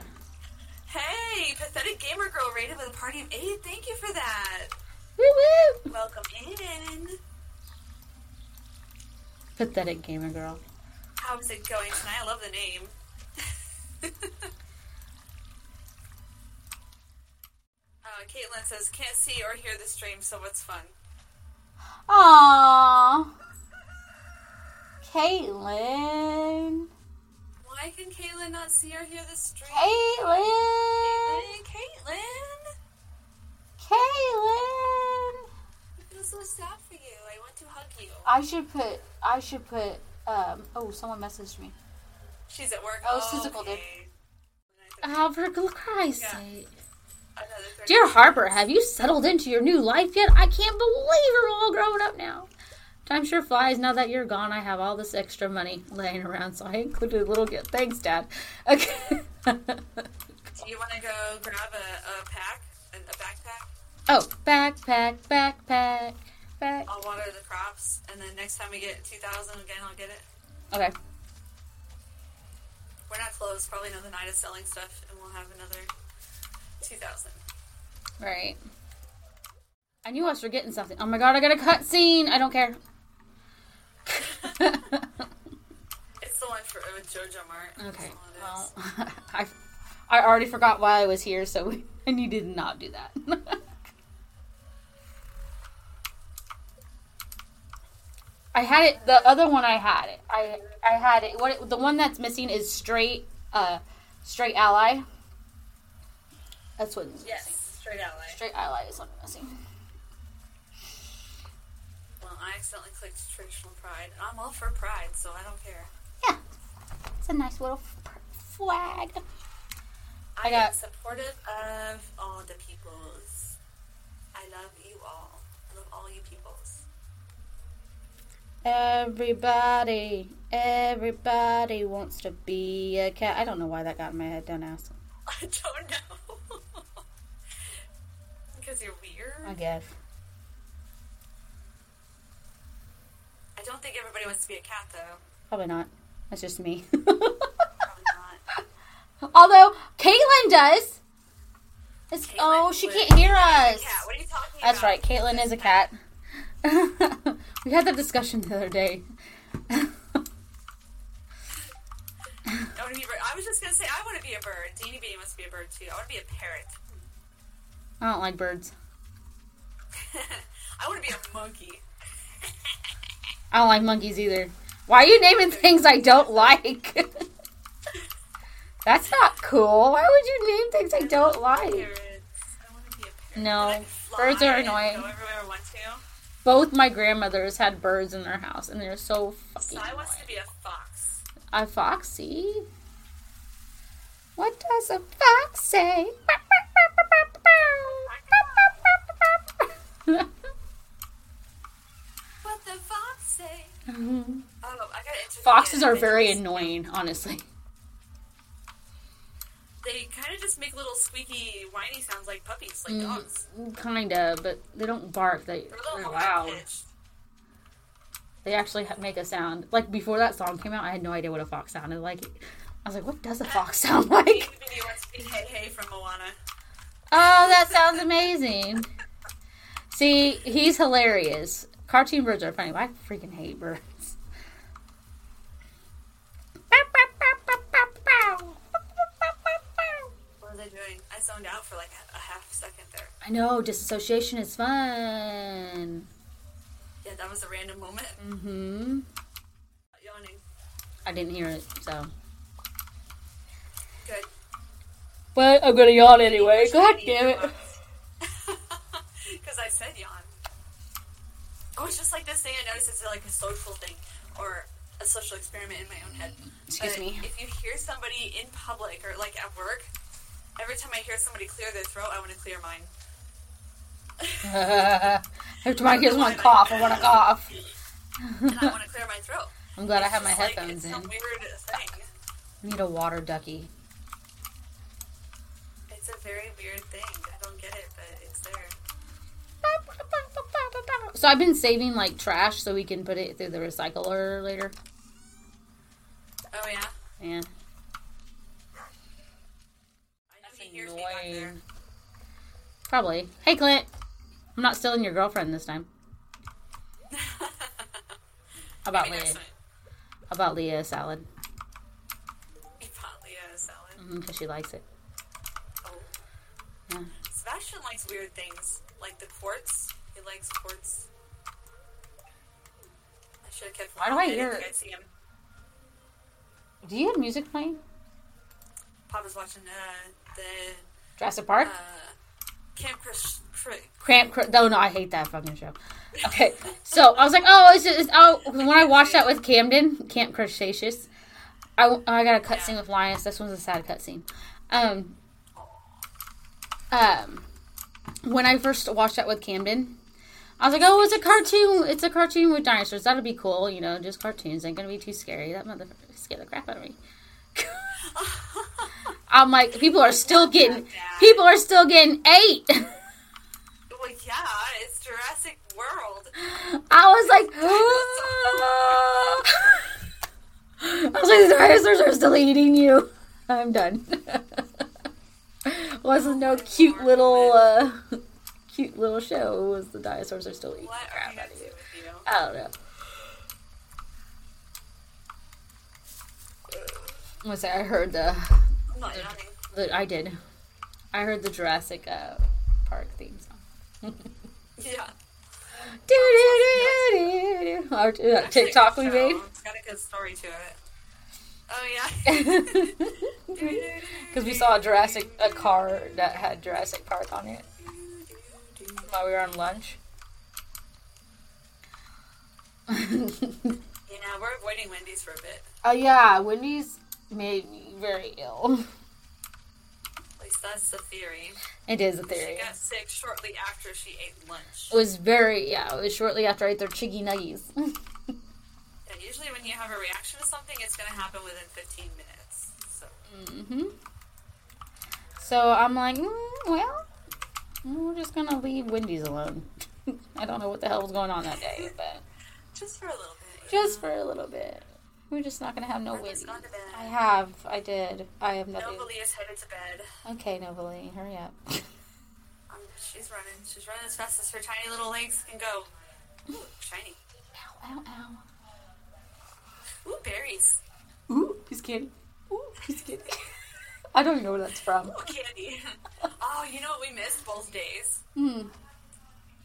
B: Hey, Pathetic Gamer Girl rated with a party of eight. Thank you for that.
A: Woo woo!
B: Welcome in.
A: Pathetic gamer girl.
B: How is it going tonight? I love the name. uh, Caitlin says, can't see or hear the stream, so what's fun?
A: Aww. Caitlin.
B: Why can Caitlin not see or hear the stream?
A: Caitlin.
B: Hey, Caitlin!
A: Caitlin.
B: I feel so sad for you. I want to hug you.
A: I should put. I should put. Um. Oh, someone messaged me.
B: She's at work.
A: Oh, Sisal did.
B: okay.
A: Oh, for Christ's
B: Yeah.
A: sake.
B: Another 30
A: Dear Harper, have you settled into your new life yet? I can't believe you're all grown up now. Time sure flies. Now that you're gone, I have all this extra money laying around, so I included a little gift. Thanks, Dad. Okay.
B: Do you want to go grab a, a pack, a, a backpack?
A: oh, backpack, backpack, back.
B: I'll water the crops, and then next time we get 2,000 again, I'll get it.
A: Okay.
B: We're not closed. Probably another night of selling stuff, and we'll have another 2,000.
A: Right. I knew I was forgetting something. Oh my god, I got a cutscene. I don't care.
B: It's the one for with JoJo Mart. It's
A: Okay.
B: the one that
A: Well,
B: is-
A: I, I already forgot why I was here, so I needed to not do that. I had it. The other one I had it. I I had it. What it, the one that's missing is straight. Uh, straight ally. That's what.
B: Yes, straight ally.
A: Straight ally is what missing.
B: Well, I accidentally clicked traditional pride. I'm all for pride, so I don't care.
A: Yeah, it's a nice little f- flag.
B: I,
A: I got-
B: am supportive of all the peoples. I love you all. I love all you peoples.
A: Everybody, everybody wants to be a cat. I don't know why that got in my head. Don't ask.
B: I don't know. because you're weird.
A: I guess.
B: I don't think everybody wants to be a cat, though.
A: Probably not. That's just me.
B: Probably not.
A: Although Caitlin does. It's,
B: Caitlin
A: oh, she
B: would-
A: can't hear us.
B: Cat, what are you talking about?
A: That's right. Caitlin is a cat. we had that discussion the other day.
B: I want to be a bird. I was just gonna say I want to be a bird. Deanie Beanie wants to be a bird too. I want to be a parrot.
A: I don't like birds.
B: I want to be a monkey.
A: I don't like monkeys either. Why are you naming things I don't like? That's not cool. Why would you name things I don't like?
B: Parrots. I want to be a parrot.
A: No.
B: And I can fly
A: Birds are
B: and
A: annoying.
B: Go everywhere I want to.
A: Both my grandmothers had birds in their house, and they're so fucking.
B: Sai wants
A: annoying.
B: to be a fox.
A: A foxy? What does a fox say?
B: What the fox say? Oh, I gotta interview
A: Mm-hmm. Foxes
B: the
A: are very
B: individuals.
A: annoying, honestly.
B: They kind of just make little squeaky, whiny sounds like puppies,
A: Mm.
B: like dogs.
A: Kinda, but they don't bark. They,
B: They're a little
A: they're
B: more
A: loud.
B: pitched.
A: They actually ha- make a sound. Like before that song came out, I had no idea what a fox sounded like. I was like, what does a fox sound like?
B: Deanie Beanie wants to be hey hey from Moana.
A: Oh, that sounds amazing. See, he's hilarious. Cartoon birds are funny. but I freaking hate birds.
B: What are they doing? I zoned out for like a, a half second there.
A: I know, disassociation is fun.
B: Yeah, that was a random moment.
A: hmm
B: Yawning.
A: I didn't hear it, so.
B: Good.
A: But I'm gonna yawn anyway. God damn it.
B: Because I said yawn. Oh, it's just like this thing I noticed. It's like a social thing or a social experiment in my own head.
A: Excuse
B: But
A: me.
B: If you hear somebody in public or like at work, every time I hear somebody clear their throat, I want to clear mine.
A: Every time I hear someone cough, I wanna cough.
B: And I want to clear my throat.
A: I'm glad I have
B: It's
A: my
B: just
A: headphones
B: like, it's
A: in.
B: Some weird thing.
A: Need a water ducky.
B: It's a very weird thing. I don't get it, but it's there.
A: So I've been saving like trash so we can put it through the recycler later.
B: Oh yeah.
A: Yeah.
B: I know he hears me back there.
A: Probably. Hey Clint. I'm not stealing your girlfriend this time. about
B: Maybe
A: Leah.
B: next time.
A: About Leah salad
B: Be pot Leah salad.
A: because she likes it.
B: Oh.
A: Yeah.
B: Sebastian likes weird things, like the quartz. He likes quartz. I should have kept.
A: Why do I
B: didn't
A: hear-
B: think I'd see him.
A: Do you have music playing?
B: Papa's watching uh, the
A: Jurassic Park?
B: uh, Camp Chris. Cri-
A: Cramp. Cr- oh no, I hate that fucking show. Okay, so I was like, oh, it's just it's, oh. When I watched that with Camden, Camp Cretaceous, I, I got a cutscene with Linus. This one's a sad cutscene. Um, um, when I first watched that with Camden, I was like, oh, it's a cartoon. It's a cartoon with dinosaurs. That'll be cool. You know, just cartoons ain't gonna be too scary. That motherfucker scared the crap out of me. I'm like, people are still getting, people are still getting eight.
B: Well, yeah, it's Jurassic World.
A: I was like, "Ah." I was like, the dinosaurs are still eating you. I'm done. Wasn't no cute little, uh, cute little show. It was the dinosaurs are still eating
B: What
A: the crap
B: are
A: Uh, out of
B: you gonna do
A: you.
B: with you?
A: I don't know. Was that I heard the,
B: I'm not yawning.
A: the I did, I heard the Jurassic uh, Park theme song.
B: Yeah.
A: Do, do, do, do, do. Our uh,
B: Actually,
A: TikTok we
B: so,
A: made.
B: It's got a good story to it. Oh yeah.
A: Because we saw a Jurassic a car that had Jurassic Park on it while we were on lunch.
B: yeah, we're avoiding Wendy's for a bit.
A: Oh yeah, Wendy's made me very ill.
B: At least that's the theory.
A: It is a
B: She
A: theory.
B: got sick shortly after she ate lunch.
A: It was very yeah. It was shortly after I ate their chicky nuggies.
B: Yeah, usually when you have a reaction to something, it's gonna happen within 15 minutes. So
A: hmm So I'm like, mm, well, we're just gonna leave Wendy's alone. I don't know what the hell was going on that day, but
B: just for a little bit. you
A: just for a little bit, we're just not gonna have no
B: know. Brooklyn's
A: Wendy's.
B: gone to bed.
A: I have, I did, I have nothing.
B: Nobly is headed to bed.
A: Okay, Novalee, hurry up.
B: Um, she's running. She's running as fast as her tiny little legs can go. Ooh, shiny.
A: ow, ow, ow.
B: Ooh, berries.
A: Ooh, he's kidding. Ooh, he's kidding. I don't even know where that's from.
B: Ooh, candy. oh, you know what we missed both days?
A: Hmm.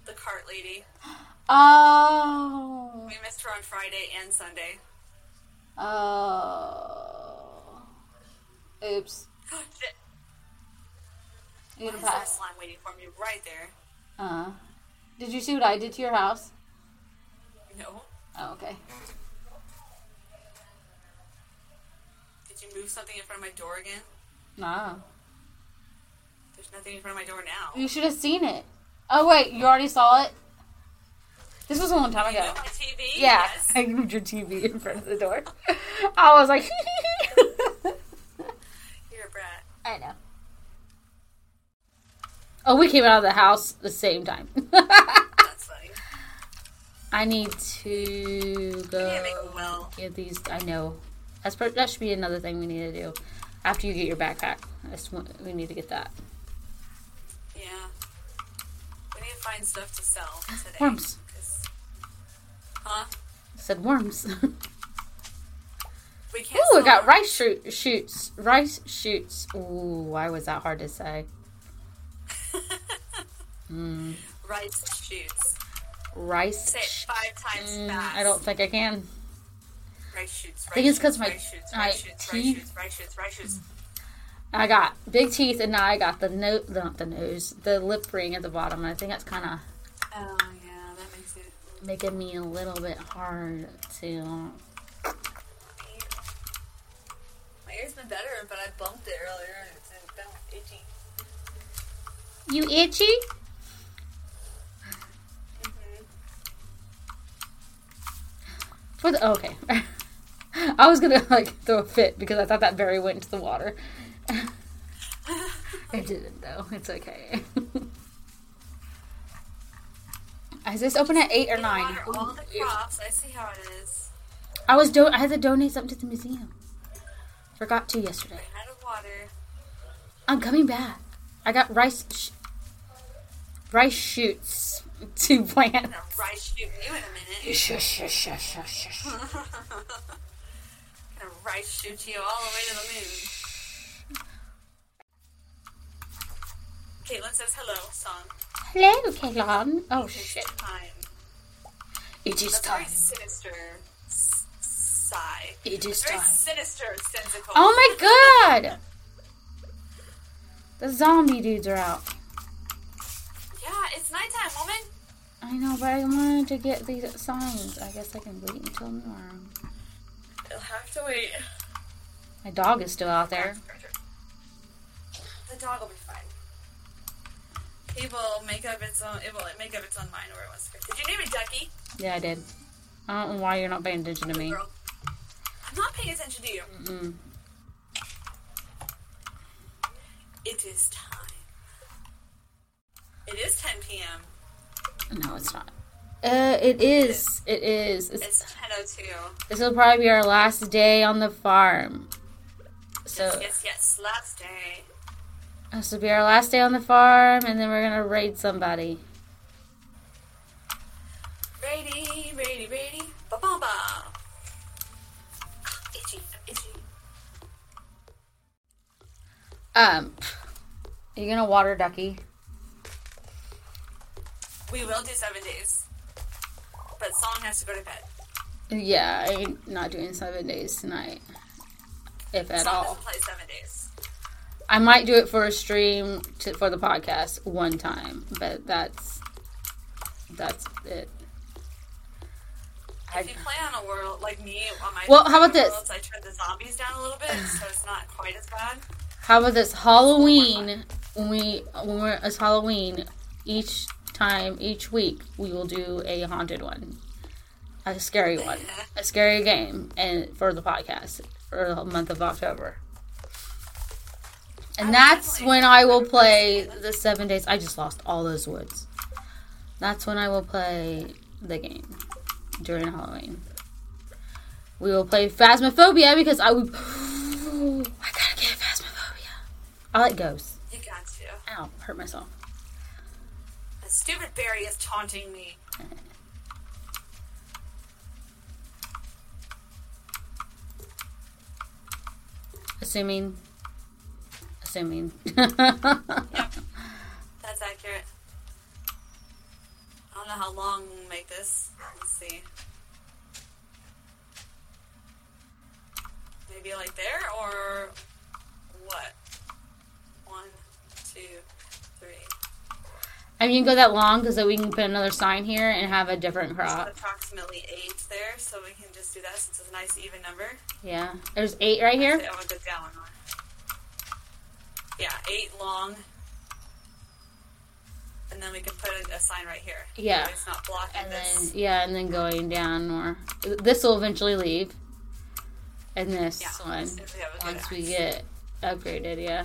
B: The cart lady.
A: Oh.
B: We missed her on Friday and Sunday.
A: Oh. Oops.
B: Shit.
A: I'm gonna
B: There's that
A: pass.
B: slime waiting for me right there.
A: Uh, did you see what I did to your house?
B: No.
A: Oh, okay.
B: Did you move something in front of my door again?
A: No.
B: There's nothing in front of my door now.
A: You should have seen it. Oh, wait, you already saw it? This was a long time
B: You
A: ago.
B: moved my TV?
A: Yeah,
B: Yes.
A: I moved your TV in front of the door. I was like,
B: You're a brat.
A: I know. Oh, we came out of the house the same time.
B: That's funny.
A: I need to
B: We need to make
A: go
B: a well.
A: get these. I know. That's pro- that should be another thing we need to do after you get your backpack. That's one- we need to get that.
B: Yeah. We need to find stuff to sell today.
A: Worms.
B: 'cause- Huh?
A: I said worms.
B: We can't.
A: Ooh, we
B: sell
A: got
B: worms.
A: rice shoot, shoots. Rice shoots. Ooh, why was that hard to say? Hmm.
B: Rice shoots.
A: Rice.
B: Say it
A: sh-
B: five times
A: Mm,
B: fast.
A: I don't think I can.
B: Rice shoots. Rice
A: think it's 'cause
B: shoots,
A: my- Mm.
B: rice shoots,
A: my
B: rice shoots, rice
A: teeth-
B: shoots, rice shoots, rice shoots.
A: I got big teeth, and now I got the no not the nose, the lip ring at the bottom. And I think that's kind of
B: Oh yeah, that makes it.
A: making me a little bit hard to.
B: My ear's been better, but I bumped it earlier and it's been itchy.
A: You itchy? For the okay, I was gonna like throw a fit because I thought that berry went into the water. it didn't though. It's okay. Is this open at eight or nine?
B: Water all the crops. I see how it is.
A: I was do- I had to donate something to the museum. Forgot to yesterday.
B: I had a water.
A: I'm coming back. I got rice. Sh- rice shoots to
B: I'm
A: plant.
B: gonna rice shoot you in a minute.
A: Shush, shush, shush, shush, shush.
B: gonna rice shoot you all the way to the moon. Caitlin says hello, song.
A: Hello, Kaylon. Oh
B: It's
A: shit!
B: time.
A: It is
B: That's very
A: time.
B: sinister. S- sigh.
A: It is
B: Very
A: time.
B: sinister, sensical.
A: Oh my god! The zombie dudes are out.
B: Yeah, it's nighttime, woman.
A: I know, but I wanted to get these signs. I guess I can wait until tomorrow.
B: You'll have to wait.
A: My dog is still out there.
B: The dog will be fine. It will make up its own. It will make up its own mind where it wants to go. Did you name it Ducky?
A: Yeah, I did. I don't know why you're not paying attention to me.
B: Girl, I'm not paying attention to you.
A: Mm.
B: It is time. It is 10 p.m.
A: No, it's not. Uh, it is. It is. It's,
B: It's 10:02.
A: this will probably be our last day on the farm. So
B: yes, yes, yes. Last day.
A: this will be our last day on the farm, and then we're gonna raid somebody.
B: Brady, Brady, Brady. Ba ba ba. Itchy, itchy.
A: Um, are you gonna water ducky?
B: We will do seven days, but Song has to go to bed.
A: Yeah, I ain't not doing seven days tonight, if at
B: Song
A: all.
B: doesn't play seven days.
A: I might do it for a stream to, for the podcast one time, but that's that's it. I-
B: If you play on a world like me on my
A: Well, how about this?
B: worlds, I turned the zombies down a little bit, so it's not quite as bad.
A: How about this Halloween? When we when we're it's Halloween, each time each week we will do a haunted one, a scary one, a scary game, and for the podcast for the month of October. And
B: I would
A: that's
B: definitely
A: when I will
B: recommend that.
A: play the seven days. I just lost all those woods. That's when I will play the game during Halloween. We will play Phasmophobia because I would. I gotta get Phasmophobia. I like ghosts.
B: You got to.
A: Ow, hurt myself.
B: That stupid Barry is taunting me.
A: Assuming. Assuming.
B: That's accurate. I don't know how long we'll make this. Let's see. Maybe like there or what? One, two, three.
A: I mean, you can go that long because then we can put another sign here and have a different
B: There's
A: crop.
B: approximately eight there, so we can just do that since it's a nice even number. oh,
A: Yeah. There's eight right here.
B: Actually, I want the down one. Yeah, eight long. And then we can put a, a sign right here.
A: Yeah.
B: So It's not blocking
A: And
B: this.
A: then, yeah, and then going down more. This will eventually leave. And this
B: Yeah,
A: one.
B: if we have a good
A: Once we
B: axe.
A: get upgraded, yeah.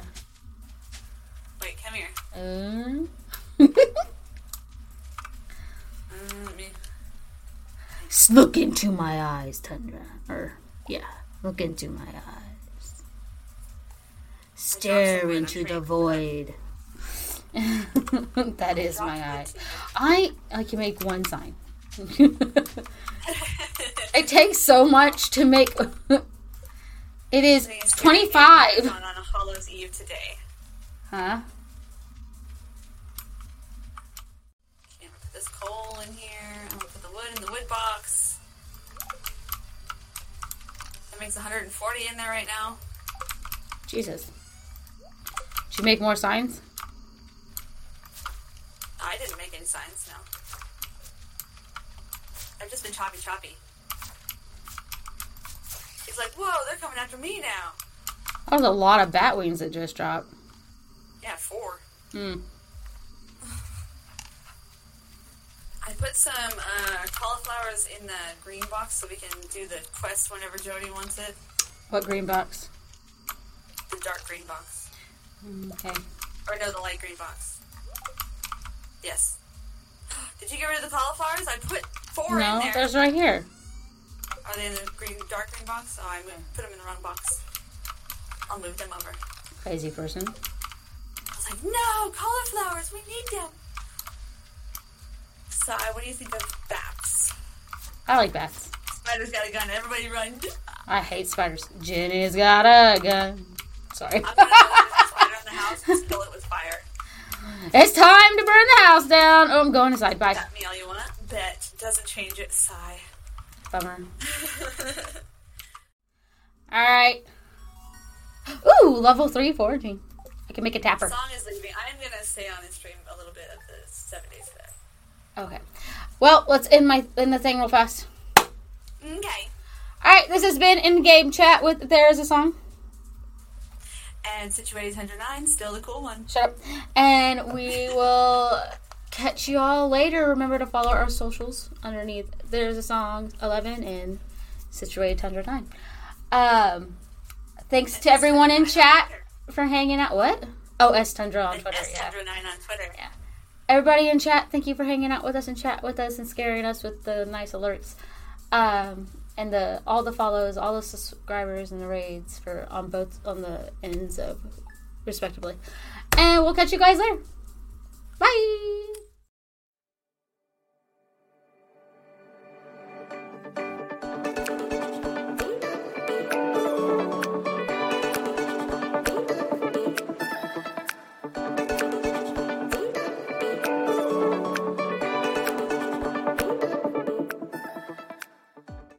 B: Wait, come here.
A: Um.
B: Mm, let me.
A: Look into my eyes, Tundra. Or, yeah, look into my eyes. Stare
B: somewhere in a
A: into the
B: tree.
A: void. that is my eye. I, I can make one sign. it takes so much to make. it is
B: Thanksgiving
A: 25.
B: On, on a Hallows Eve today.
A: Huh?
B: I'm gonna put this coal in here. I'm gonna put the wood in the wood box. That makes 140 in there right now. Oh,
A: Jesus. Should you make more signs?
B: I didn't make any signs, no. I've just been choppy choppy. He's like, whoa, they're coming after me now.
A: That was a lot of bat wings that just dropped.
B: Yeah, four.
A: Hmm.
B: I put some uh, cauliflowers in the green box so we can do the quest whenever Jody wants it.
A: What green box?
B: The dark green box.
A: Mm, Okay.
B: Or no, the light green box. Yes. Did you get rid of the cauliflowers? I put four
A: no,
B: in there.
A: there's right here.
B: Are they in the green, dark green box? Oh, I moved, put them in the wrong box. I'll move them over.
A: Crazy person.
B: I was like, no, cauliflowers, we need them. outside. What do you think of bats?
A: I like bats.
B: Spider's got a gun. Everybody run.
A: I hate spiders. Jenny's got a gun. Sorry.
B: I'm gonna put a spider in the house and fill it with fire.
A: It's time to burn the house down. Oh, I'm going inside. Bye.
B: Got me all you want. Bet doesn't change it. Sigh.
A: Bummer. All right. Ooh, level three foraging. I can make a
B: The
A: tapper.
B: song is leaving. I'm gonna stay on and stream a little bit of the seven days of that.
A: Okay. Well, let's end my end the thing real fast.
B: Okay.
A: All right, this has been in game chat with there is a song.
B: And situated 109, still the cool one.
A: Shut up. And we will catch you all later. Remember to follow our socials underneath. There's a song 11 in Situated 109. Um, thanks to everyone in chat for hanging out. What? Oh, S Tundra on
B: And
A: Twitter. Yeah.
B: S109 on Twitter.
A: Yeah. Everybody in chat, thank you for hanging out with us and chat with us and scaring us with the nice alerts. Um, and the all the follows, all the subscribers and the raids for on both on the ends of respectively. And we'll catch you guys later. Bye.